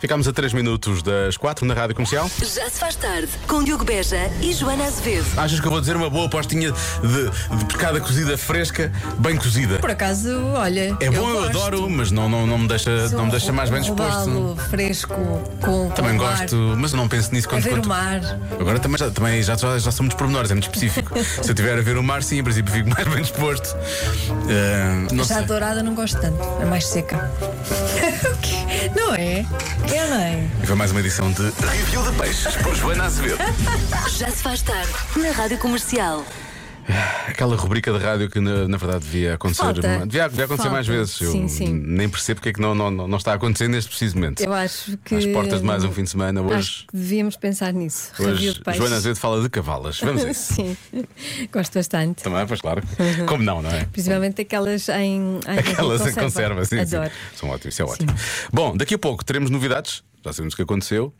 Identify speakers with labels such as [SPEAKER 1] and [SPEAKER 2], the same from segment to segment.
[SPEAKER 1] Ficámos a 3 minutos das 4 na rádio comercial.
[SPEAKER 2] Já se faz tarde com Diogo Beja e Joana Azevedo.
[SPEAKER 1] Achas que eu vou dizer uma boa apostinha de, de pescada cozida fresca, bem cozida?
[SPEAKER 3] Por acaso, olha.
[SPEAKER 1] É bom, eu,
[SPEAKER 3] gosto.
[SPEAKER 1] adoro, mas não, não, não me deixa, não me deixa mais bem disposto.
[SPEAKER 3] Roubá-lo fresco com. com
[SPEAKER 1] Também
[SPEAKER 3] o um mar,
[SPEAKER 1] gosto, mas eu não penso nisso
[SPEAKER 3] A
[SPEAKER 1] quando.
[SPEAKER 3] ver
[SPEAKER 1] quando-
[SPEAKER 3] o mar.
[SPEAKER 1] Agora também, já, também já, já, já são muitos pormenores, é muito específico. Se eu estiver a ver o mar, sim, em princípio fico mais bem disposto. Ah, não
[SPEAKER 3] Já
[SPEAKER 1] sei.
[SPEAKER 3] dourada não gosto tanto. É mais seca. O quê? não é? Eu não é.
[SPEAKER 1] E foi mais uma edição de
[SPEAKER 4] Review de Peixes por Joana Azevedo.
[SPEAKER 2] Já se faz tarde na Rádio Comercial.
[SPEAKER 1] aquela rubrica de rádio que na, na verdade devia acontecer.
[SPEAKER 3] Falta.
[SPEAKER 1] Devia, devia acontecer
[SPEAKER 3] Falta.
[SPEAKER 1] mais vezes.
[SPEAKER 3] Sim,
[SPEAKER 1] eu
[SPEAKER 3] sim.
[SPEAKER 1] nem percebo porque é que não, não, não não está acontecendo neste preciso momento.
[SPEAKER 3] Eu acho que.
[SPEAKER 1] Às portas de mais um fim de semana,
[SPEAKER 3] Acho
[SPEAKER 1] hoje,
[SPEAKER 3] que devíamos pensar nisso. Review
[SPEAKER 1] hoje
[SPEAKER 3] de peixe.
[SPEAKER 1] Joana Azevedo fala de cavalas. Vamos a isso.
[SPEAKER 3] Sim. Gosto bastante.
[SPEAKER 1] Também, pois claro.
[SPEAKER 3] Uhum.
[SPEAKER 1] Como não, não é?
[SPEAKER 3] Principalmente aquelas em. em
[SPEAKER 1] Aquelas em conserva, sim, sim.
[SPEAKER 3] Adoro.
[SPEAKER 1] São ótimos, isso é ótimo. Bom, daqui a pouco teremos novidades, já sabemos o que aconteceu.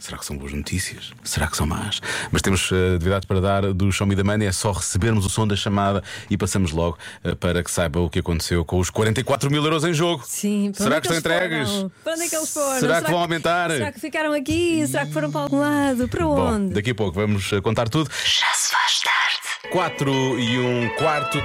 [SPEAKER 1] Será que são boas notícias? Será que são más? Mas temos eh, novidades para dar do Show Me the Money, é só recebermos o som da chamada e passamos logo eh, para que saiba o que aconteceu com os 44 mil euros em jogo.
[SPEAKER 3] Sim, para
[SPEAKER 1] Será
[SPEAKER 3] onde
[SPEAKER 1] que
[SPEAKER 3] é
[SPEAKER 1] estão entregues?
[SPEAKER 3] eles foram? Para onde é que eles foram?
[SPEAKER 1] Será, que vão aumentar?
[SPEAKER 3] Será que ficaram aqui? Será que foram para algum lado? Para
[SPEAKER 1] Bom,
[SPEAKER 3] onde?
[SPEAKER 1] daqui a pouco vamos eh, contar tudo.
[SPEAKER 2] Já se faz tarde.
[SPEAKER 1] 4 e um quarto,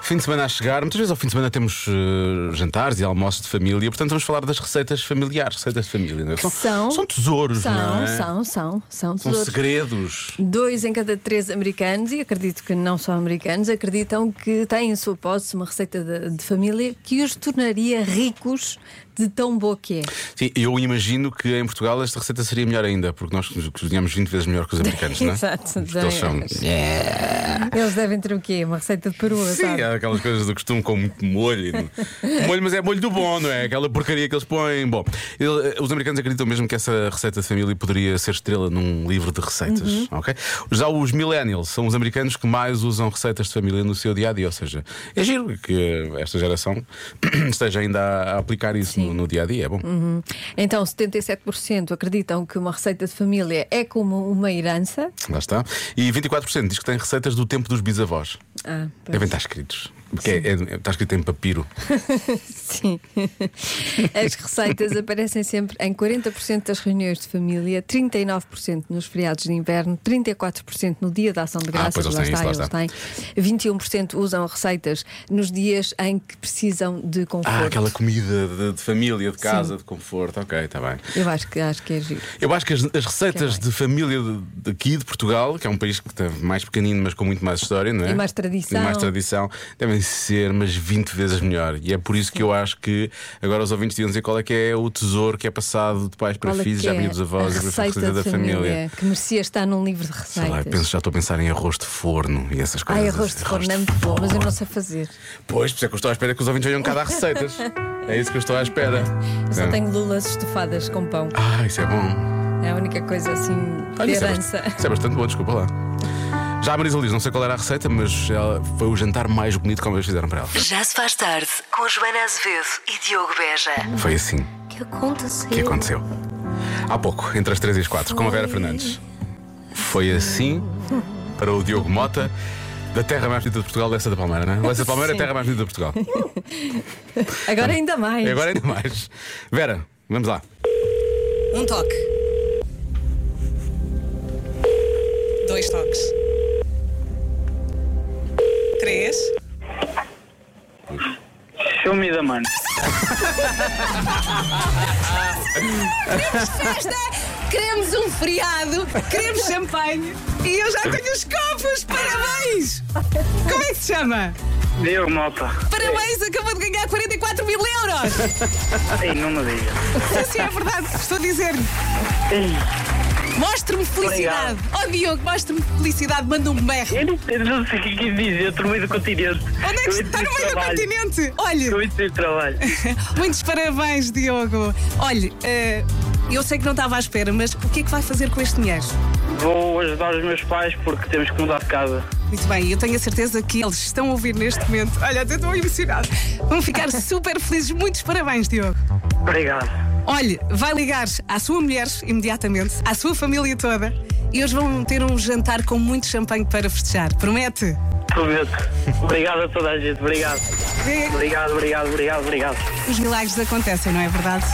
[SPEAKER 1] fim de semana a chegar. Muitas vezes ao fim de semana temos eh, jantares e almoços de família, portanto vamos falar das receitas familiares, receitas de família, não é?
[SPEAKER 3] são-
[SPEAKER 1] são tesouros, não
[SPEAKER 3] São,
[SPEAKER 1] é?
[SPEAKER 3] são, são, são
[SPEAKER 1] São
[SPEAKER 3] tesouros.
[SPEAKER 1] segredos.
[SPEAKER 3] Dois em cada três americanos, e acredito que não só americanos, acreditam que têm em sua posse uma receita de, de família que os tornaria ricos de tão boa que é.
[SPEAKER 1] Sim, eu imagino que em Portugal esta receita seria melhor ainda, porque nós cozinhamos 20 vezes melhor que os americanos, não é?
[SPEAKER 3] Exato,
[SPEAKER 1] Porque eles são.
[SPEAKER 3] Eles devem ter o quê? Uma receita de perua,
[SPEAKER 1] Sim, é.
[SPEAKER 3] sabe?
[SPEAKER 1] há aquelas coisas do costume com muito molho. e- molho, mas é molho do bom, não é? Aquela porcaria que eles põem. Bom, ele- os americanos acreditam mesmo que essa receita de família poderia ser estrela num livro de receitas,
[SPEAKER 3] Uhum.
[SPEAKER 1] ok? Já os millennials são os americanos que mais usam receitas de família no seu dia a dia, ou seja, é giro que esta geração esteja ainda a aplicar isso no, no dia a dia, é bom.
[SPEAKER 3] Então, 77% acreditam que uma receita de família é como uma herança.
[SPEAKER 1] Lá está. E 24% diz que tem receitas do tempo dos bisavós.
[SPEAKER 3] Ah, pois.
[SPEAKER 1] Devem estar escritos. Porque é- é- está escrito em papiro.
[SPEAKER 3] Sim. As receitas aparecem sempre em 40% das reuniões de família, 39% nos feriados de inverno, 34% no dia da Ação de
[SPEAKER 1] Ah, pois
[SPEAKER 3] Graças,
[SPEAKER 1] eles
[SPEAKER 3] lá,
[SPEAKER 1] têm
[SPEAKER 3] está,
[SPEAKER 1] isso, lá
[SPEAKER 3] eles têm. 21% usam receitas nos dias em que precisam de conforto.
[SPEAKER 1] Ah, aquela comida de, de família, de casa, de conforto. Ok, está bem.
[SPEAKER 3] Eu acho que, acho que é giro.
[SPEAKER 1] Eu acho que as, as receitas
[SPEAKER 3] Que
[SPEAKER 1] de família de- daqui de Portugal, que é um país que está mais pequenino, mas com muito mais história, não é?
[SPEAKER 3] E mais tradição.
[SPEAKER 1] E mais tradição, devem ser mas 20 vezes melhor. E é por isso que eu acho que agora os ouvintes deviam dizer qual é que é o tesouro que é passado de pais para
[SPEAKER 3] Qual é
[SPEAKER 1] filhos,
[SPEAKER 3] que
[SPEAKER 1] já
[SPEAKER 3] é
[SPEAKER 1] vinha dos avós,
[SPEAKER 3] a
[SPEAKER 1] e depois a
[SPEAKER 3] receita
[SPEAKER 1] receita da
[SPEAKER 3] de
[SPEAKER 1] família.
[SPEAKER 3] que merecia estar num livro de
[SPEAKER 1] Sei lá, eu
[SPEAKER 3] receitas.
[SPEAKER 1] penso, já estou a pensar em arroz de forno e essas coisas.
[SPEAKER 3] Ai, arroz de forno é muito bom, mas eu não sei fazer.
[SPEAKER 1] Pois, por isso é que eu estou à espera que os ouvintes venham cá dar receitas. É isso que eu estou à espera.
[SPEAKER 3] Eu só
[SPEAKER 1] É.
[SPEAKER 3] tenho lulas estufadas com pão.
[SPEAKER 1] Ah, isso é bom.
[SPEAKER 3] É a única coisa assim de
[SPEAKER 1] isso, é
[SPEAKER 3] herança.
[SPEAKER 1] bastante, isso é bastante bom, desculpa lá. Já a Marisa Liz, não sei qual era a receita, mas ela- foi o jantar mais bonito que eles fizeram para ela.
[SPEAKER 2] Já se faz tarde com Joana Azevedo e Diogo Beja.
[SPEAKER 1] Foi assim
[SPEAKER 5] que aconteceu.
[SPEAKER 1] que aconteceu. Há pouco, entre as 3 e as 4, com a Vera Fernandes. Foi assim para o Diogo Mota. Da terra mais bonita de Portugal, dessa da Palmeira, não é? Essa da Palmeira é a
[SPEAKER 3] Sim. É
[SPEAKER 1] terra mais bonita de Portugal.
[SPEAKER 3] Agora ainda mais.
[SPEAKER 1] E agora ainda mais. Vera, vamos lá.
[SPEAKER 6] Um toque. Dois toques. Três.
[SPEAKER 7] Show me the money.
[SPEAKER 6] Queremos um feriado, queremos champanhe e eu já tenho os copos. Parabéns! Como é que se chama?
[SPEAKER 7] Diogo Mota.
[SPEAKER 6] Parabéns, acabou de ganhar 44 mil euros!
[SPEAKER 7] Ei, não me diga.
[SPEAKER 6] Sim, sim, é verdade, estou a dizer-lhe.
[SPEAKER 7] Ei,
[SPEAKER 6] Mostre-me felicidade. Oh, Diogo, mostre-me felicidade, manda um berro.
[SPEAKER 7] eu não- eu não sei o que quis dizer, estou no meio do continente.
[SPEAKER 6] Onde é que está? No meio do continente. Olha,
[SPEAKER 7] Estou muito de trabalho.
[SPEAKER 6] Muitos parabéns, Diogo. Olha, eh, eu sei que não estava à espera, mas o que é que vai fazer com este dinheiro?
[SPEAKER 7] Vou ajudar os meus pais porque temos que mudar de casa.
[SPEAKER 6] Muito bem, eu tenho a certeza que eles estão a ouvir neste momento. Olha, até estou emocionado. Vão ficar super felizes. Muitos parabéns, Diogo.
[SPEAKER 7] Obrigado.
[SPEAKER 6] Olha, vai ligar à sua mulher imediatamente, à sua família toda, e eles vão ter um jantar com muito champanhe para festejar. Promete?
[SPEAKER 7] Prometo. Obrigado a toda a gente. Obrigado.
[SPEAKER 6] Eh,
[SPEAKER 7] Obrigado, obrigado, obrigado, obrigado.
[SPEAKER 6] Os milagres acontecem, não é verdade?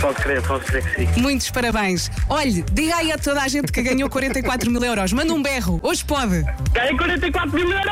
[SPEAKER 7] Pode crer, pode crer que sim.
[SPEAKER 6] Muitos parabéns. Olhe, diga aí a toda a gente que ganhou 44 mil euros. Manda um berro. Hoje pode.
[SPEAKER 7] Ganhei 44 mil euros!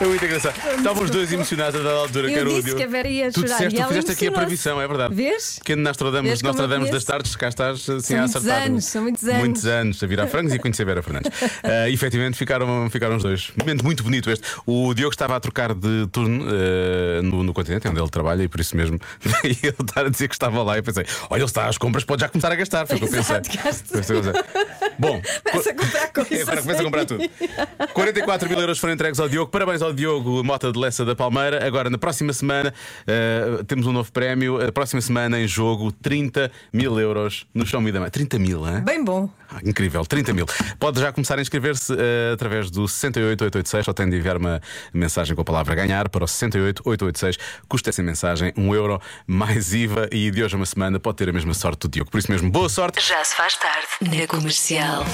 [SPEAKER 1] É muito engraçado. Estavam os dois emocionados a dada altura,
[SPEAKER 3] Eu
[SPEAKER 1] Carúdio.
[SPEAKER 3] disse que a Vera ia
[SPEAKER 1] tu
[SPEAKER 3] chorar
[SPEAKER 1] disseste,
[SPEAKER 3] e
[SPEAKER 1] tu
[SPEAKER 3] ela
[SPEAKER 1] fizeste aqui a
[SPEAKER 3] emocionou-se.
[SPEAKER 1] previsão, é verdade.
[SPEAKER 3] Vês?
[SPEAKER 1] Pequeno Nostradamus,
[SPEAKER 3] Vês como eu
[SPEAKER 1] Nostradamus das
[SPEAKER 3] conheço?
[SPEAKER 1] tardes, cá estás assim
[SPEAKER 3] São
[SPEAKER 1] a
[SPEAKER 3] muitos
[SPEAKER 1] acertar.
[SPEAKER 3] anos, são muitos anos.
[SPEAKER 1] Muitos anos a virar frangos e conhecer Vera Fernandes. Ah, efetivamente ficaram, ficaram os dois. Momento muito bonito este. O Diogo estava a trocar de turno ah, no, no continente, onde ele trabalha, e por isso mesmo daí ele estar a dizer que estava lá. Eu pensei, olha, ele está às compras, pode já começar a gastar. Foi o que eu pensei.
[SPEAKER 3] Exato, gasta.
[SPEAKER 1] Foi o que eu pensei. Bom,
[SPEAKER 3] Começa a comprar coisas.
[SPEAKER 1] Agora começa a comprar tudo. 44 mil euros foram entregues ao Diogo. Parabéns ao Diogo Mota de Lessa da Palmeira. Agora, na próxima semana, eh, temos um novo prémio. A próxima semana, em jogo, 30 mil euros no Chão da Mãe. 30 mil, hein?
[SPEAKER 3] Bem bom.
[SPEAKER 1] Ah, incrível, 30 mil. Pode já começar a inscrever-se eh, através do 68886. Só tem de enviar uma mensagem com a palavra ganhar para o 68886. Custa essa mensagem 1 euro mais IVA e de hoje a uma semana pode ter a mesma sorte do Diogo. Por isso mesmo, boa sorte.
[SPEAKER 2] Já se faz tarde na comercial.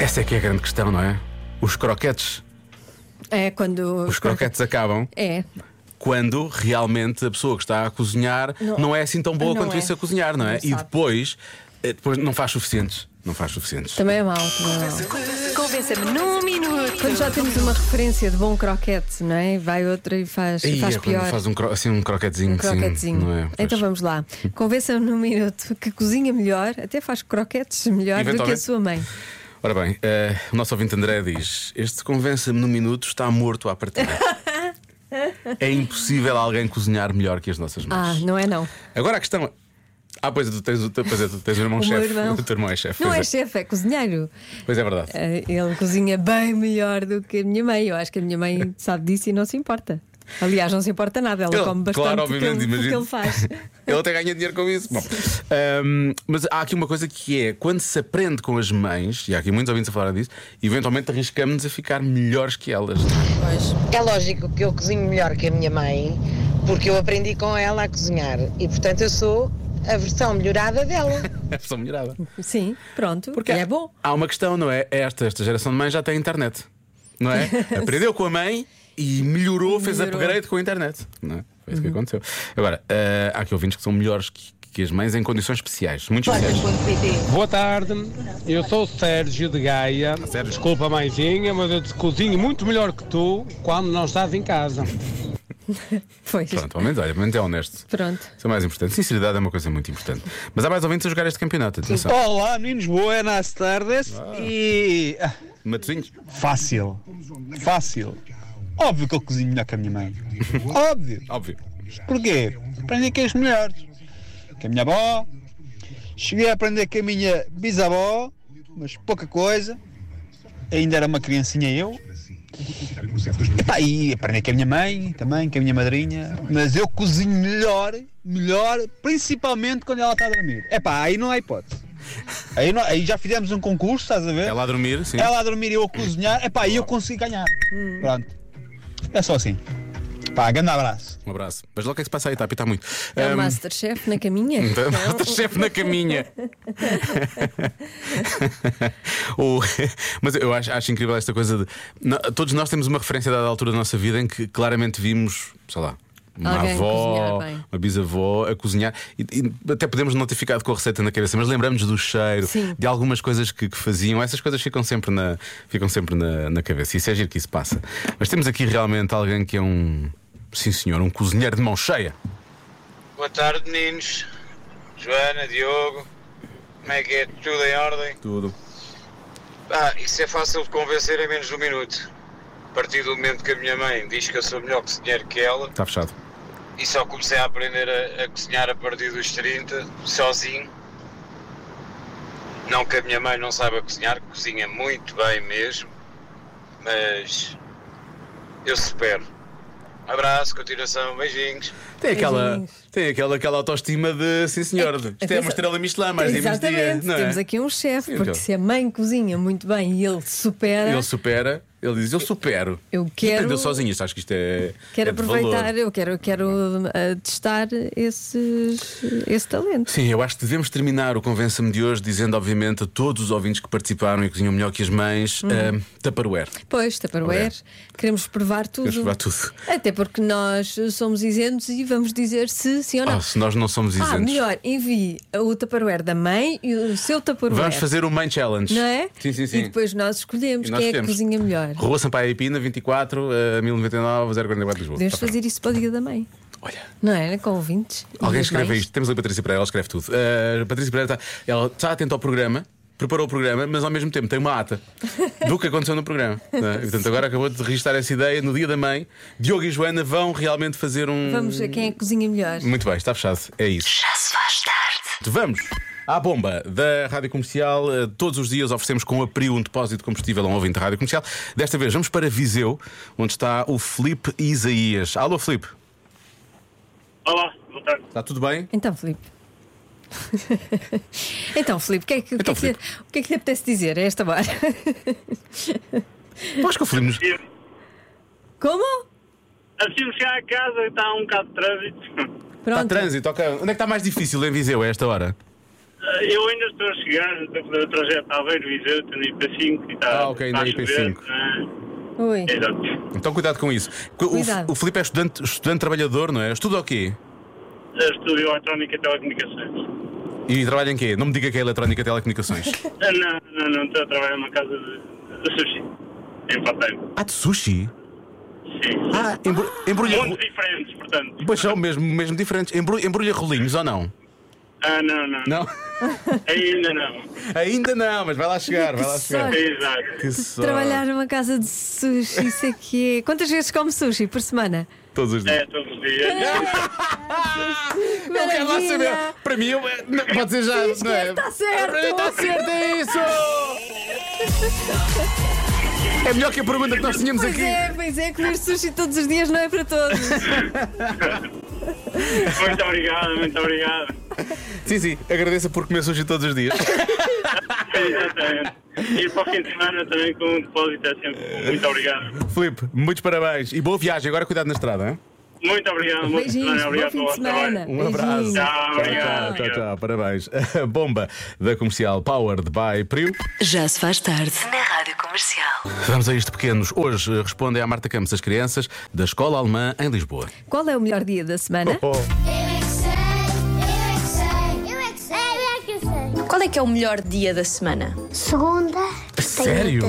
[SPEAKER 1] Essa é que é a grande questão, não é? Os croquetes.
[SPEAKER 3] É quando.
[SPEAKER 1] Os croquetes acabam
[SPEAKER 3] É.
[SPEAKER 1] quando realmente a pessoa que está a cozinhar não,
[SPEAKER 3] Não-
[SPEAKER 1] é assim tão boa
[SPEAKER 3] não
[SPEAKER 1] quanto
[SPEAKER 3] é.
[SPEAKER 1] isso a cozinhar, não é?
[SPEAKER 3] Não
[SPEAKER 1] e
[SPEAKER 3] sabe.
[SPEAKER 1] depois, eh, depois não faz suficientes. Não faz suficientes.
[SPEAKER 3] Também é mau. também é mau.
[SPEAKER 2] Convença-me num minuto.
[SPEAKER 3] Quando já temos uma referência de bom croquete, não é? Vai outra e faz,
[SPEAKER 1] Ih,
[SPEAKER 3] faz
[SPEAKER 1] é quando
[SPEAKER 3] pior.
[SPEAKER 1] faz um, cro- assim, um croquetezinho.
[SPEAKER 3] Um
[SPEAKER 1] sim,
[SPEAKER 3] croquetezinho.
[SPEAKER 1] não é?
[SPEAKER 3] então
[SPEAKER 1] Pois.
[SPEAKER 3] vamos lá. Convença-me num minuto que cozinha melhor, até faz croquetes melhor do que a
[SPEAKER 1] Eventualmente.
[SPEAKER 3] sua mãe.
[SPEAKER 1] Ora bem, eh, o nosso ouvinte André diz: Este convença-me no minuto está morto à partida. é impossível alguém cozinhar melhor que as nossas mãos.
[SPEAKER 3] Ah, não é não.
[SPEAKER 1] Agora a questão é. Ah, pois é, tu tens, o teu- pois é, tu tens um irmão
[SPEAKER 3] O meu
[SPEAKER 1] chefe.
[SPEAKER 3] irmão.
[SPEAKER 1] O teu irmão é chefe.
[SPEAKER 3] Não
[SPEAKER 1] pois
[SPEAKER 3] é chefe, é cozinheiro.
[SPEAKER 1] Pois é verdade.
[SPEAKER 3] Eh, Ele cozinha bem melhor do que a minha mãe. Eu acho que a minha mãe sabe disso e não se importa. Aliás, não se importa nada, ela
[SPEAKER 1] Ele,
[SPEAKER 3] come bastante
[SPEAKER 1] claro,
[SPEAKER 3] do que
[SPEAKER 1] obviamente,
[SPEAKER 3] ele- do que,
[SPEAKER 1] imagino.
[SPEAKER 3] ele faz.
[SPEAKER 1] Ele até ganha dinheiro com isso. Bom, ahm, mas há aqui uma coisa que é: quando se aprende com as mães, e há aqui muitos ouvintes a falar disso, eventualmente arriscamos-nos a ficar melhores que elas.
[SPEAKER 5] É lógico que eu cozinho melhor que a minha mãe, porque eu aprendi com ela a cozinhar e, portanto, eu sou a versão melhorada dela.
[SPEAKER 1] É a versão melhorada.
[SPEAKER 3] Sim, pronto. E é bom.
[SPEAKER 1] Há uma questão, não é? Esta, esta geração de mães já tem internet, não é? Aprendeu com a mãe e melhorou, fez
[SPEAKER 3] Melhorou. Uhum.
[SPEAKER 1] upgrade com a internet, não é? Foi isso que aconteceu. Agora, ah, há aqui ouvintes que são melhores que, que as mães em condições especiais, muito especiais.
[SPEAKER 8] Boa tarde, eu sou o Sérgio de Gaia.
[SPEAKER 1] Sérgio.
[SPEAKER 8] Desculpa, mãezinha, mas eu te cozinho muito melhor que tu quando não estás em casa.
[SPEAKER 3] Foi.
[SPEAKER 1] Pronto, ao menos, olha, ao menos é honesto.
[SPEAKER 3] Pronto.
[SPEAKER 1] Isso é mais importante. Sinceridade é uma coisa muito importante. Mas há mais ouvintes a jogar este campeonato, atenção.
[SPEAKER 9] Olá, meninos, boas tardes. E. ah,
[SPEAKER 1] Matosinhos.
[SPEAKER 9] Fácil. Fácil. Óbvio que eu cozinho melhor que a minha mãe. Óbvio.
[SPEAKER 1] Óbvio.
[SPEAKER 9] Porquê? Aprendi com as melhores. Com a minha avó. Cheguei a aprender com a minha bisavó, mas pouca coisa. Ainda era uma criancinha eu. Epá, e aprendi com a minha mãe também, com a minha madrinha. Mas eu cozinho melhor, melhor, principalmente quando ela está a dormir. Epá, aí não há hipótese. Aí, não- aí já fizemos um concurso, estás a ver?
[SPEAKER 1] Ela a dormir, sim.
[SPEAKER 9] Ela a dormir e eu a cozinhar. Epá, e eu consegui ganhar. Pronto. É só assim. Pá, grande abraço.
[SPEAKER 1] Um abraço. Mas logo o que é que se passa aí, está a apitar muito.
[SPEAKER 3] É o
[SPEAKER 1] Ahm,
[SPEAKER 3] Masterchef na caminha.
[SPEAKER 1] Então, chefe na caminha. O- mas eu acho, acho incrível esta coisa de. no- todos nós temos uma referência dada altura da nossa vida em que claramente vimos, sei lá. Uma
[SPEAKER 3] Alguém
[SPEAKER 1] avó,
[SPEAKER 3] cozinhar bem.
[SPEAKER 1] uma bisavó a cozinhar e, e até podemos não ter ficado com a receita na cabeça, mas lembramos do cheiro,
[SPEAKER 3] Sim.
[SPEAKER 1] de algumas coisas que, que faziam. Essas coisas ficam sempre, na, ficam sempre na, na cabeça. Isso é giro que isso passa. Mas temos aqui realmente alguém que é um, sim senhor, um cozinheiro de mão cheia.
[SPEAKER 10] Boa tarde, meninos. Joana, Diogo. Como é que é? Tudo em ordem?
[SPEAKER 1] Tudo.
[SPEAKER 10] Ah, isso é fácil de convencer em menos de um minuto. A partir do momento que a minha mãe diz que eu sou melhor cozinheiro que ela,
[SPEAKER 1] Está fechado.
[SPEAKER 10] e só comecei a aprender a, a cozinhar a partir dos 30, sozinho. Não que a minha mãe não saiba cozinhar, cozinha muito bem mesmo, mas eu supero. Abraço, continuação, beijinhos.
[SPEAKER 1] Tem aquela,
[SPEAKER 3] Beijinhos.
[SPEAKER 1] tem aquela, aquela autoestima de sim senhor, isto é uma
[SPEAKER 3] Atenção.
[SPEAKER 1] estrela Michelin, mais dia menos dia.
[SPEAKER 3] Exatamente,
[SPEAKER 1] Não
[SPEAKER 3] temos
[SPEAKER 1] é?
[SPEAKER 3] aqui um chefe,
[SPEAKER 1] Sim,
[SPEAKER 3] porque
[SPEAKER 1] então.
[SPEAKER 3] se a mãe cozinha muito bem e ele supera,
[SPEAKER 1] Ele supera, ele diz, eu supero.
[SPEAKER 3] Eu
[SPEAKER 1] Isto
[SPEAKER 3] quero-
[SPEAKER 1] Aprendeu sozinho, isto acho que isto é.
[SPEAKER 3] quero
[SPEAKER 1] é de
[SPEAKER 3] aproveitar,
[SPEAKER 1] valor.
[SPEAKER 3] eu quero, eu quero ah, testar esses, esse talento.
[SPEAKER 1] Sim, eu acho que devemos terminar o Convença-me de hoje dizendo, obviamente, a todos os ouvintes que participaram e cozinham melhor que as mães,
[SPEAKER 3] Uhum.
[SPEAKER 1] eh, Tupperware.
[SPEAKER 3] Pois, Tupperware, queremos provar tudo.
[SPEAKER 1] Queremos provar tudo.
[SPEAKER 3] Até porque nós somos isentos e vamos dizer se sim ou não.
[SPEAKER 1] Ah, se nós não somos
[SPEAKER 3] Ah,
[SPEAKER 1] isentos.
[SPEAKER 3] melhor, envie o Tupperware da mãe e o seu Tupperware.
[SPEAKER 1] Vamos fazer o Mãe Challenge.
[SPEAKER 3] Não é?
[SPEAKER 1] Sim, sim,
[SPEAKER 3] E
[SPEAKER 1] sim.
[SPEAKER 3] depois nós escolhemos
[SPEAKER 1] E nós
[SPEAKER 3] quem é que
[SPEAKER 1] temos.
[SPEAKER 3] cozinha melhor.
[SPEAKER 1] Rua Sampaio e Pina, 24, eh, 1099, 044 Lisboa.
[SPEAKER 3] Podemos
[SPEAKER 1] Tá feito.
[SPEAKER 3] fazer isso para o dia da mãe.
[SPEAKER 1] Olha.
[SPEAKER 3] Não é? Com ouvintes. e
[SPEAKER 1] Alguém
[SPEAKER 3] as
[SPEAKER 1] escreve
[SPEAKER 3] mães.
[SPEAKER 1] isto. Temos ali a Patrícia Pereira, ela escreve tudo. Uh, Patrícia Pereira está, ela está atenta ao programa, preparou o programa, mas ao mesmo tempo tem uma ata do que aconteceu no programa. não é? E, portanto, agora acabou de registrar essa ideia. No dia da mãe, Diogo e Joana vão realmente fazer um.
[SPEAKER 3] Vamos ver quem é que cozinha melhor.
[SPEAKER 1] Muito bem, está fechado. É isso.
[SPEAKER 2] Já se faz tarde.
[SPEAKER 1] Vamos à bomba da Rádio Comercial. Eh, Todos os dias oferecemos com a PRI um depósito de combustível a um ouvinte da Rádio Comercial. Desta vez vamos para Viseu, onde está o Felipe Isaías. Alô, Felipe.
[SPEAKER 11] Olá, boa tarde.
[SPEAKER 1] Está tudo bem?
[SPEAKER 3] Então, Filipe. então, Filipe, o que, é que, o que é que lhe- o que é que lhe apetece dizer a esta hora?
[SPEAKER 1] Acho que o Filipe nos-
[SPEAKER 3] Como?
[SPEAKER 11] Assim chegar a casa e está um bocado de trânsito.
[SPEAKER 1] Está trânsito, ok. Onde é que está mais difícil em Viseu a esta hora?
[SPEAKER 11] Eh, Eu ainda estou a chegar, estou a fazer o trajeto a Aveiro, Viseu, estou na IP5 e está
[SPEAKER 1] Ah, ok,
[SPEAKER 11] está
[SPEAKER 1] na
[SPEAKER 11] a chover,
[SPEAKER 1] IP5.
[SPEAKER 11] né?
[SPEAKER 3] Oi.
[SPEAKER 11] Exato.
[SPEAKER 1] Então cuidado com isso. O-
[SPEAKER 11] Cuidado.
[SPEAKER 1] O, o Filipe é estudante, estudante trabalhador, não é? Estuda o quê?
[SPEAKER 11] Eh, Estudo eletrónica e telecomunicações.
[SPEAKER 1] E trabalha em quê? Não me diga que é eletrónica e telecomunicações.
[SPEAKER 11] Eh, Não, não, não, estou a trabalhar numa casa de, de sushi. Em part-time.
[SPEAKER 1] ah, de sushi?
[SPEAKER 11] Sim.
[SPEAKER 1] Ah, embru-
[SPEAKER 3] é
[SPEAKER 1] embrulha.
[SPEAKER 11] Muito diferentes, portanto.
[SPEAKER 1] Pois são mesmo, mesmo diferentes. Embrulha, embrulha rolinhos ou não?
[SPEAKER 11] Ah, não, não.
[SPEAKER 1] Não?
[SPEAKER 11] Ainda não.
[SPEAKER 1] Ainda não, mas vai lá chegar, vai lá chegar.
[SPEAKER 3] sorte.
[SPEAKER 11] Exato.
[SPEAKER 1] Que sorte.
[SPEAKER 3] Trabalhar numa casa de sushi, isso é que é. Quantas vezes come sushi por semana?
[SPEAKER 1] Todos os dias.
[SPEAKER 11] É, todos os dias.
[SPEAKER 1] Eu quero lá
[SPEAKER 3] Maravilha!
[SPEAKER 1] saber. Para mim, eu, eh, não, pode ser já.
[SPEAKER 3] Diz que
[SPEAKER 1] Não é?
[SPEAKER 3] está certo!
[SPEAKER 1] Está certo, é isso! É melhor que a pergunta que nós tínhamos
[SPEAKER 3] Pois
[SPEAKER 1] aqui.
[SPEAKER 3] é, pois é, comer sushi todos os dias não é para todos.
[SPEAKER 11] Muito obrigado, muito obrigado.
[SPEAKER 1] Sim, sim, agradeça por comer sushi todos os dias.
[SPEAKER 11] Exatamente. E para o fim de semana também com um depósito é sempre. bom. Muito obrigado.
[SPEAKER 1] Filipe, muitos parabéns e boa viagem. Agora cuidado na estrada. Hein?
[SPEAKER 11] Muito obrigado. boa
[SPEAKER 3] Beijinhos,
[SPEAKER 11] semana,
[SPEAKER 3] bom
[SPEAKER 11] obrigado
[SPEAKER 3] fim de
[SPEAKER 11] pelo vosso
[SPEAKER 3] semana.
[SPEAKER 11] trabalho.
[SPEAKER 1] Um abraço.
[SPEAKER 3] Beijinhos.
[SPEAKER 11] Tchau, obrigado.
[SPEAKER 1] tchau, tchau, parabéns. A bomba da comercial Powered by Priu.
[SPEAKER 2] Já se faz tarde. Na Rádio Comercial.
[SPEAKER 1] Vamos a isto, pequenos. Hoje eh, respondem à Marta Campos as crianças da Escola Alemã em Lisboa.
[SPEAKER 3] Qual é o melhor dia da semana?
[SPEAKER 12] Qual é que é o melhor dia da semana?
[SPEAKER 13] Segunda.
[SPEAKER 1] Sério?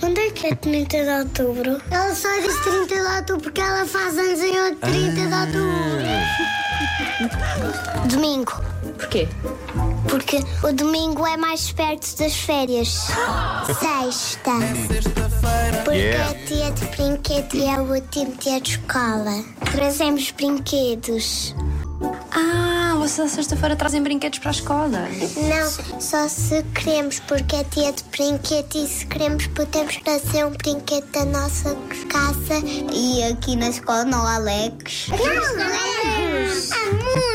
[SPEAKER 13] Quando é que é 30 de outubro? Ela só diz 30 de outubro porque ela faz anos em 30 de outubro. Domingo. Porquê? Porque o domingo é mais perto das férias. Sexta. Porque
[SPEAKER 14] Yeah.
[SPEAKER 13] é dia de brinquedo e é o último dia de escola. Trazemos brinquedos.
[SPEAKER 12] Ah, vocês à sexta-feira trazem brinquedos para a escola.
[SPEAKER 13] Não, só se queremos, porque é dia de brinquedo e se queremos podemos fazer um brinquedo da nossa casa. E aqui na escola não há legos. Não legos! Há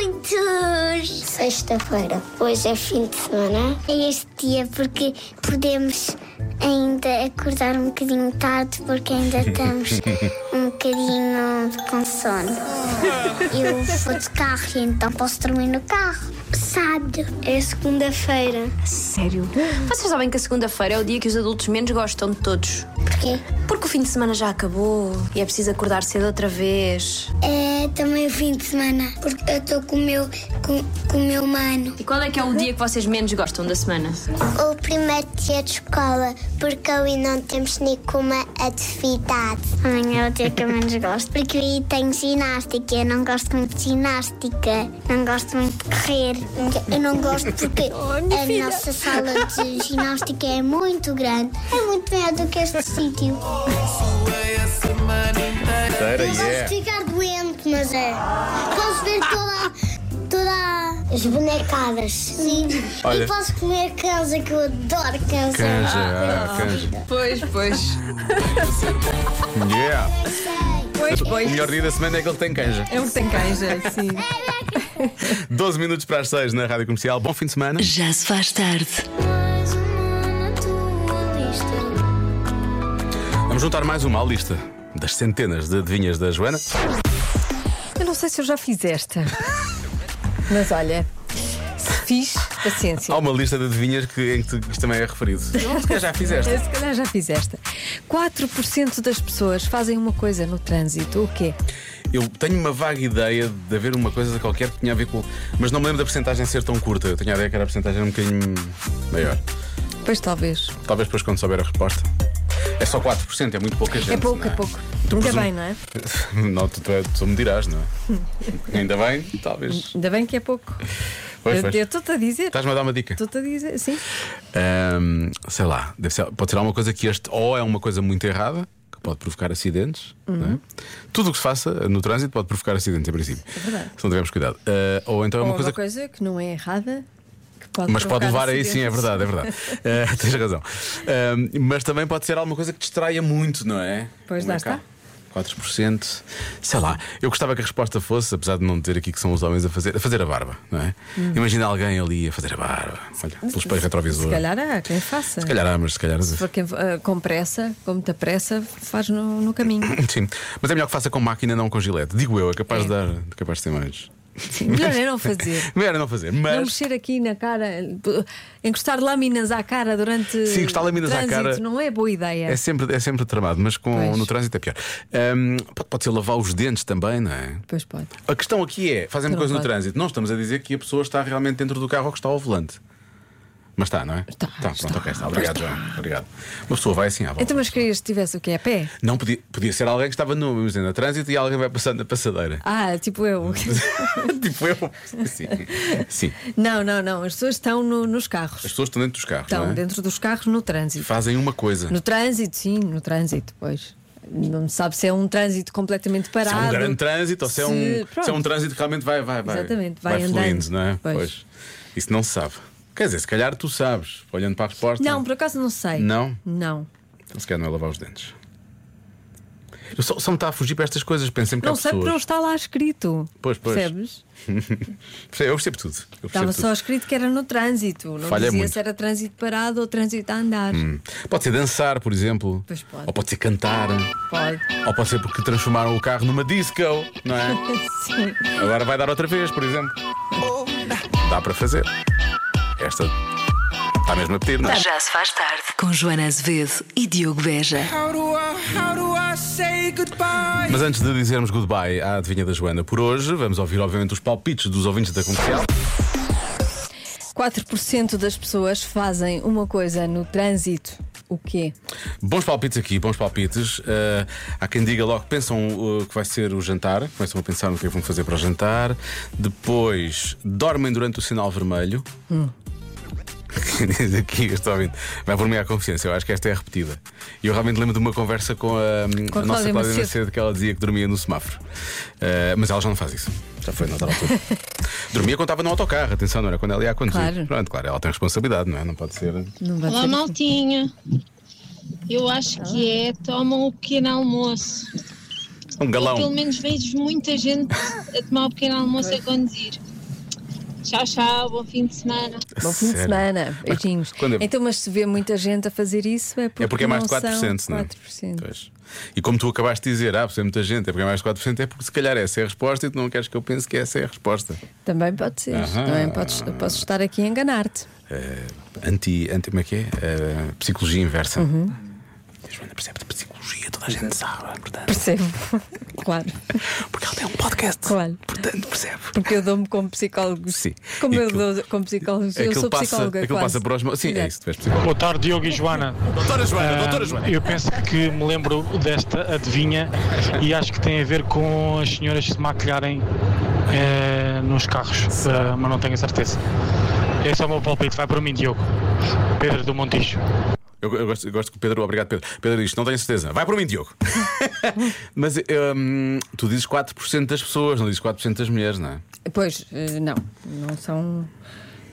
[SPEAKER 13] muitos! Sexta-feira, hoje é fim de semana. É este dia porque podemos ainda acordar um bocadinho tarde, porque ainda estamos um bocadinho com sono. Eu vou de carro e então posso dormir no carro. Sábado é segunda-feira.
[SPEAKER 12] Sério? Vocês sabem que a segunda-feira é o dia que os adultos menos gostam de todos.
[SPEAKER 13] Porquê?
[SPEAKER 12] Porque o fim de semana já acabou e é preciso acordar cedo outra vez.
[SPEAKER 13] É também o fim de semana, porque eu estou com o meu, com, com o meu mano.
[SPEAKER 12] E qual é que é o dia que vocês menos gostam da semana?
[SPEAKER 13] O primeiro dia de escola, porque ali não temos nenhuma atividade. Amanhã é o dia que eu menos gosto. Porque aí tenho ginástica, eu não gosto muito de ginástica, não gosto muito de correr. Eu não gosto porque a
[SPEAKER 14] filha.
[SPEAKER 13] nossa sala de ginástica é muito grande. É muito melhor do que este sítio. Eu posso ficar doente, mas é. Posso ver é. toda, toda lá as bonecadas. Sim.
[SPEAKER 1] Olha.
[SPEAKER 13] E posso comer canja, que eu adoro canja.
[SPEAKER 1] Canja, ah, canja.
[SPEAKER 3] Pois, pois.
[SPEAKER 1] Yeah.
[SPEAKER 3] Pois,
[SPEAKER 1] O
[SPEAKER 3] pois.
[SPEAKER 1] melhor dia da semana é que ele tem canja.
[SPEAKER 3] É um que tem canja, sim.
[SPEAKER 13] é
[SPEAKER 1] 12 minutos para as 6 na Rádio Comercial. Bom fim de semana.
[SPEAKER 2] Já se faz tarde.
[SPEAKER 1] Vamos juntar mais uma à lista das centenas de adivinhas da Joana.
[SPEAKER 3] Eu não sei se eu já fiz esta. Mas olha, se fiz, paciência.
[SPEAKER 1] Há uma lista de adivinhas que, em que tu- isto também é referido. Eu se calhar já fiz esta.
[SPEAKER 3] Se calhar já fiz esta. 4% das pessoas fazem uma coisa no trânsito. O quê?
[SPEAKER 1] Eu tenho uma vaga ideia de haver uma coisa qualquer que tinha a ver com. Mas não me lembro da porcentagem ser tão curta. Eu tinha a ideia que era a porcentagem um bocadinho maior.
[SPEAKER 3] Pois talvez.
[SPEAKER 1] Talvez depois, quando souber a resposta. É só 4%, é muito pouca gente.
[SPEAKER 3] é pouco,
[SPEAKER 1] não
[SPEAKER 3] a pouco.
[SPEAKER 1] Tu
[SPEAKER 3] Ainda
[SPEAKER 1] presumo-
[SPEAKER 3] bem, não é?
[SPEAKER 1] Não, tu, tu, tu me dirás, não é? Ainda bem, talvez.
[SPEAKER 3] Ainda bem que é pouco.
[SPEAKER 1] Pois,
[SPEAKER 3] Eu-
[SPEAKER 1] pois. Tá.
[SPEAKER 3] eu estou-te a dizer.
[SPEAKER 1] Estás-me a dar uma dica?
[SPEAKER 3] Estou-te a dizer, sim.
[SPEAKER 1] Ahm, sei lá, deve ser- pode ser alguma coisa que este ou é uma coisa muito errada, que pode provocar acidentes. não é? Tudo o que se faça no trânsito pode provocar acidentes, em princípio.
[SPEAKER 3] Uhum. É verdade.
[SPEAKER 1] Se não tivermos cuidado. Ah, ou então é
[SPEAKER 3] Ou
[SPEAKER 1] uma coisa. que-
[SPEAKER 3] que não é errada. Que pode assim
[SPEAKER 1] Mas pode
[SPEAKER 3] provocar
[SPEAKER 1] levar aí sim, é
[SPEAKER 3] acidentes.
[SPEAKER 1] verdade, é verdade. Ah, tens razão. Ahm, mas também pode ser alguma coisa que distraia muito, não é?
[SPEAKER 3] Pois,
[SPEAKER 1] Como
[SPEAKER 3] lá
[SPEAKER 1] é cá? 4%, sei lá, eu gostava que a resposta fosse, apesar de não dizer aqui que são os homens a fazer, a fazer a barba, não é?
[SPEAKER 3] Hum.
[SPEAKER 1] Imagina alguém ali a fazer a barba, olha, pelo espelho retrovisor.
[SPEAKER 3] Se calhar há quem faça.
[SPEAKER 1] Se calhar há, mas se calhar.
[SPEAKER 3] Se for quem, ah, com pressa, com muita pressa, faz no, no caminho.
[SPEAKER 1] Sim, mas é melhor que faça com máquina, não com gilete. Digo eu, é capaz de dar, é capaz de ter mais.
[SPEAKER 3] melhor é não fazer.
[SPEAKER 1] Melhor é não fazer,
[SPEAKER 3] Não
[SPEAKER 1] mas.
[SPEAKER 3] mexer aqui na cara, p- encostar lâminas à cara durante.
[SPEAKER 1] Sim, encostar lâminas à
[SPEAKER 3] trânsito,
[SPEAKER 1] cara
[SPEAKER 3] Não é boa ideia.
[SPEAKER 1] É sempre, é sempre tramado, mas com,
[SPEAKER 3] Pois.
[SPEAKER 1] no trânsito é pior. Ahm, pode, pode ser lavar os dentes também, não é?
[SPEAKER 3] Pois pode.
[SPEAKER 1] A questão aqui é: fazemos
[SPEAKER 3] Não
[SPEAKER 1] coisa no
[SPEAKER 3] pode.
[SPEAKER 1] trânsito. Não estamos a dizer que a pessoa está realmente dentro do carro ou que está ao volante. Mas está, não é? Está. pronto, ok, está. Obrigado, João. Obrigado. Uma pessoa vai assim à volta.
[SPEAKER 3] Então, mas querias que tivesse o quê? A pé?
[SPEAKER 1] Não podia, podia ser alguém que estava no, imagina, no trânsito e alguém vai passando na passadeira.
[SPEAKER 3] Ah, tipo eu.
[SPEAKER 1] tipo eu. Sim. Sim.
[SPEAKER 3] não, não, não. As pessoas estão no- nos carros.
[SPEAKER 1] As pessoas estão dentro dos carros,
[SPEAKER 3] Estão
[SPEAKER 1] não é?
[SPEAKER 3] dentro dos carros no trânsito.
[SPEAKER 1] Fazem uma coisa.
[SPEAKER 3] No trânsito, sim, no trânsito, pois. Não se sabe se é um trânsito completamente
[SPEAKER 1] Se é
[SPEAKER 3] parado.
[SPEAKER 1] um grande trânsito ou se é um,
[SPEAKER 3] pronto.
[SPEAKER 1] se é um trânsito que realmente vai, vai, vai,
[SPEAKER 3] Exatamente, vai andando.
[SPEAKER 1] fluindo, não é?
[SPEAKER 3] Pois.
[SPEAKER 1] Isso não se sabe. Quer dizer, se calhar tu sabes, olhando para a resposta.
[SPEAKER 3] Não, por acaso não sei.
[SPEAKER 1] Não?
[SPEAKER 3] Não.
[SPEAKER 1] Então, se calhar não é lavar os dentes. Eu só, só me está a fugir para estas coisas, penso sempre que
[SPEAKER 3] Não
[SPEAKER 1] há
[SPEAKER 3] sei porque não
[SPEAKER 1] pessoas.
[SPEAKER 3] está lá escrito.
[SPEAKER 1] Pois, pois.
[SPEAKER 3] Percebes?
[SPEAKER 1] eu percebo tudo. Eu percebo
[SPEAKER 3] Estava
[SPEAKER 1] tudo.
[SPEAKER 3] só escrito que era no trânsito. Não
[SPEAKER 1] Falha
[SPEAKER 3] dizia
[SPEAKER 1] muito.
[SPEAKER 3] se era trânsito parado ou trânsito a andar.
[SPEAKER 1] Hum. Pode ser dançar, por exemplo.
[SPEAKER 3] Pois pode.
[SPEAKER 1] Ou pode ser cantar.
[SPEAKER 3] Pode.
[SPEAKER 1] Ou pode ser porque transformaram o carro numa disco, não é?
[SPEAKER 3] Sim.
[SPEAKER 1] Agora vai dar outra vez, por exemplo. Dá para fazer. Esta está mesmo a pedir, não é?
[SPEAKER 2] Já se faz tarde. Com Joana Azevedo e Diogo Beja.
[SPEAKER 1] Mas antes de dizermos goodbye à adivinha da Joana por hoje, vamos ouvir, obviamente, os palpites dos ouvintes da comercial.
[SPEAKER 3] 4% das pessoas fazem uma coisa no trânsito. O quê?
[SPEAKER 1] Bons palpites aqui, bons palpites. Ah, há quem diga logo que pensam ah, que vai ser o jantar, começam a pensar no que é que vão fazer para o jantar. Depois dormem durante o sinal vermelho.
[SPEAKER 14] Hum.
[SPEAKER 1] Diz aqui, este ouvinte, vai por mim à confiança. Eu acho que esta é repetida. E eu realmente lembro de uma conversa com a,
[SPEAKER 14] Com a
[SPEAKER 1] a nossa
[SPEAKER 14] Cláudia
[SPEAKER 1] Cláudia
[SPEAKER 14] Macedo.
[SPEAKER 1] Macedo que ela dizia que dormia no semáforo. Ah, mas ela já não faz isso. Já foi noutra altura. dormia quando estava no autocarro, atenção, não era quando ela ia a conduzir.
[SPEAKER 15] Claro.
[SPEAKER 1] Pronto, claro, ela tem responsabilidade, não é? Não pode ser.
[SPEAKER 15] Olá, maltinha. Eu acho que é tomam o pequeno almoço.
[SPEAKER 1] Um galão.
[SPEAKER 15] Eu, pelo menos vejo muita gente a tomar o pequeno almoço a conduzir. Tchau, tchau, bom fim de semana.
[SPEAKER 3] Bom fim de
[SPEAKER 1] Sério?
[SPEAKER 3] semana. Beijinhos.
[SPEAKER 1] quando é-
[SPEAKER 3] Então, mas se vê muita gente a fazer isso, é porque,
[SPEAKER 1] É porque é mais de
[SPEAKER 3] não
[SPEAKER 1] 4%,
[SPEAKER 3] são
[SPEAKER 1] não é?
[SPEAKER 3] 4%.
[SPEAKER 1] Pois. E como tu acabaste de dizer, ah, por ser muita gente, é porque é mais de 4%, é porque se calhar essa é a resposta e tu não queres que eu pense que essa é a resposta.
[SPEAKER 3] Também pode ser.
[SPEAKER 1] Aham.
[SPEAKER 3] Também podes, eu posso estar aqui a enganar-te.
[SPEAKER 1] Eh, anti, anti. Como é que é? Eh, psicologia inversa.
[SPEAKER 3] Uhum.
[SPEAKER 1] A Joana percebe de psicologia, toda a gente sabe, portanto.
[SPEAKER 3] Percebo. claro. Porque
[SPEAKER 1] ele tem um podcast.
[SPEAKER 3] Claro.
[SPEAKER 1] Portanto, percebe.
[SPEAKER 3] Porque eu dou-me como psicólogo.
[SPEAKER 1] Sim.
[SPEAKER 3] Como
[SPEAKER 1] E
[SPEAKER 3] eu
[SPEAKER 1] aquilo- é
[SPEAKER 3] dou como psicólogo. Eu
[SPEAKER 1] Aquilo
[SPEAKER 3] sou
[SPEAKER 1] passa,
[SPEAKER 3] psicóloga.
[SPEAKER 1] aquilo
[SPEAKER 3] quase.
[SPEAKER 1] passa para os. mo- Sim, é isso, tu és psicólogo.
[SPEAKER 16] Boa tarde, Diogo e Joana.
[SPEAKER 1] Doutora Joana, doutora
[SPEAKER 16] Ah,
[SPEAKER 1] Joana.
[SPEAKER 16] Eu penso que me lembro desta adivinha e acho que tem a ver com as senhoras se maquilharem eh, nos carros, ah, mas não tenho a certeza. Esse é o meu palpite, vai para mim, Diogo. Pedro do Montijo.
[SPEAKER 1] Eu, eu gosto, eu gosto que o Pedro, obrigado Pedro. Pedro diz: não tenho certeza. Vai para mim, Diogo. Mas hum, tu dizes 4% das pessoas, não dizes 4% das mulheres, não é?
[SPEAKER 3] Pois, eh, não, não são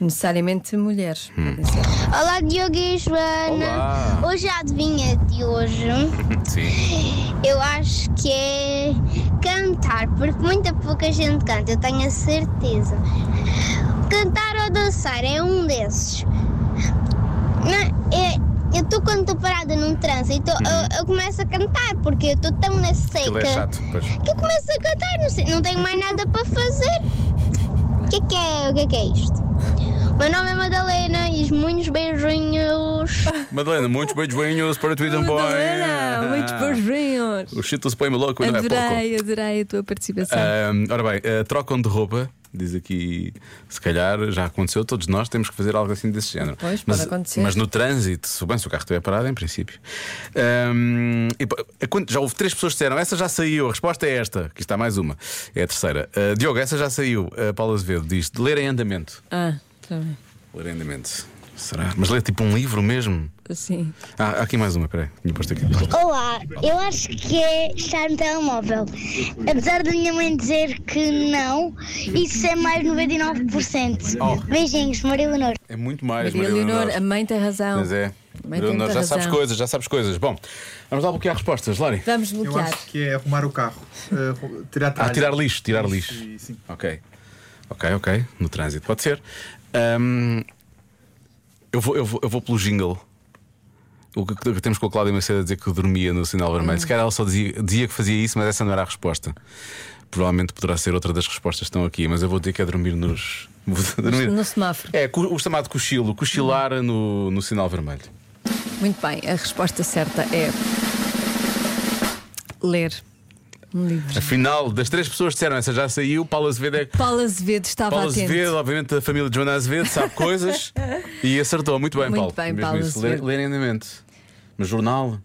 [SPEAKER 3] necessariamente mulheres.
[SPEAKER 1] Hum.
[SPEAKER 3] podem ser.
[SPEAKER 13] Olá, Diogo e Joana.
[SPEAKER 3] Olá.
[SPEAKER 13] Hoje a adivinha de hoje
[SPEAKER 1] Sim.
[SPEAKER 13] eu acho que é cantar, porque muita pouca gente canta, eu tenho a certeza. Cantar ou dançar é um desses. Não, é- eu estou quando estou parada num trânsito, eu, eu começo a cantar, porque eu estou tão na
[SPEAKER 1] Uhum.
[SPEAKER 13] seca
[SPEAKER 1] Aquilo é chato. Pois.
[SPEAKER 13] que eu começo a cantar, não, sei, não tenho mais nada para fazer. O que é que é, o que é, que é isto? O Meu nome é Madalena e muitos beijinhos.
[SPEAKER 1] Madalena, muitos beijinhos para tu e também.
[SPEAKER 3] Madalena, muitos beijinhos.
[SPEAKER 1] O Chito se põe maluco, Ah. não é pouco.
[SPEAKER 3] Adorei, adorei a tua participação.
[SPEAKER 1] Ahm, ora bem, ah, trocam de roupa, diz aqui, se calhar já aconteceu, todos nós temos que fazer algo assim desse género.
[SPEAKER 3] Pois, pode
[SPEAKER 1] mas,
[SPEAKER 3] acontecer.
[SPEAKER 1] Mas no trânsito, se, bem, se o carro estiver parado, em princípio. Ahm, e pa- a quant- já houve três pessoas que disseram, essa já saiu, a resposta é esta, aqui está mais uma, é a terceira. Ah, Diogo, essa já saiu, a Paula Azevedo diz, de ler em andamento.
[SPEAKER 3] Ah, tá bem.
[SPEAKER 1] Ler em andamento. Será? Mas ler tipo um livro mesmo?
[SPEAKER 3] Sim.
[SPEAKER 1] Ah, há aqui mais uma, peraí, tinha posto aqui.
[SPEAKER 13] Olá, eu acho que é estar no telemóvel. Apesar da minha mãe dizer que não, isso é mais 99%.
[SPEAKER 1] Oh.
[SPEAKER 13] Beijinhos, Maria Leonor.
[SPEAKER 1] É muito mais,
[SPEAKER 3] Maria Leonor, a mãe tem razão.
[SPEAKER 1] Mas é.
[SPEAKER 3] Também
[SPEAKER 1] Bruno,
[SPEAKER 3] tem
[SPEAKER 1] já
[SPEAKER 3] muita
[SPEAKER 1] sabes
[SPEAKER 3] razão.
[SPEAKER 1] coisas, já sabes coisas. Bom, vamos lá bloquear respostas, Lari.
[SPEAKER 3] Vamos
[SPEAKER 14] Eu
[SPEAKER 3] bloquear.
[SPEAKER 14] acho que é arrumar o carro. eh, arru- tirar
[SPEAKER 1] Ah,
[SPEAKER 14] tralha.
[SPEAKER 1] tirar lixo, tirar lixo.
[SPEAKER 14] e- sim.
[SPEAKER 1] Ok. Ok, ok. No trânsito, pode ser. Ahm, eu, vou, eu, vou, eu vou pelo jingle. O que, que temos com a Cláudia Macedo a dizer que dormia no sinal vermelho.
[SPEAKER 3] Hum.
[SPEAKER 1] Se calhar ela só dizia, dizia que fazia isso, mas essa não era a resposta. Provavelmente poderá ser outra das respostas que estão aqui, mas eu vou dizer que é dormir nos. vou dormir-
[SPEAKER 3] No semáforo.
[SPEAKER 1] É, cu- o chamado cochilo, cochilar no, no sinal vermelho.
[SPEAKER 3] Muito bem, a resposta certa é. Ler um livro.
[SPEAKER 1] Afinal, das três pessoas que disseram essa já saiu, Paulo Azevedo é.
[SPEAKER 3] Paulo Azevedo estava
[SPEAKER 1] Paulo
[SPEAKER 3] atento.
[SPEAKER 1] Azevedo, obviamente, a família de Joana Azevedo sabe coisas e acertou. Muito bem, Paulo.
[SPEAKER 3] Muito bem,
[SPEAKER 1] Mesmo
[SPEAKER 3] Paulo
[SPEAKER 1] isso, ler,
[SPEAKER 3] Azevedo.
[SPEAKER 1] ler ainda mente. Mas jornal.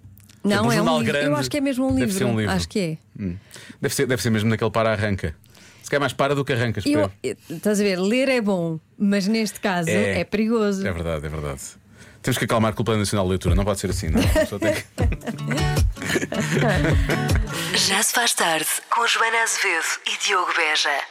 [SPEAKER 3] Não,
[SPEAKER 1] um
[SPEAKER 3] é
[SPEAKER 1] jornal
[SPEAKER 3] um livro. Eu
[SPEAKER 1] grande.
[SPEAKER 3] acho que é mesmo um
[SPEAKER 1] Deve
[SPEAKER 3] livro.
[SPEAKER 1] ser um livro.
[SPEAKER 3] Acho que é.
[SPEAKER 1] Hum. Deve, ser, deve ser mesmo naquele para-arranca. Se calhar mais para do que arrancas.
[SPEAKER 3] Eu,
[SPEAKER 1] Pedro.
[SPEAKER 3] estás a ver, ler é bom, mas neste caso é, perigoso.
[SPEAKER 1] É verdade, é verdade. Temos que acalmar com o Plano Nacional de Leitura, não pode ser assim, não. A pessoa tem que-
[SPEAKER 2] Já se faz tarde com Joana Azevedo e Diogo Beja.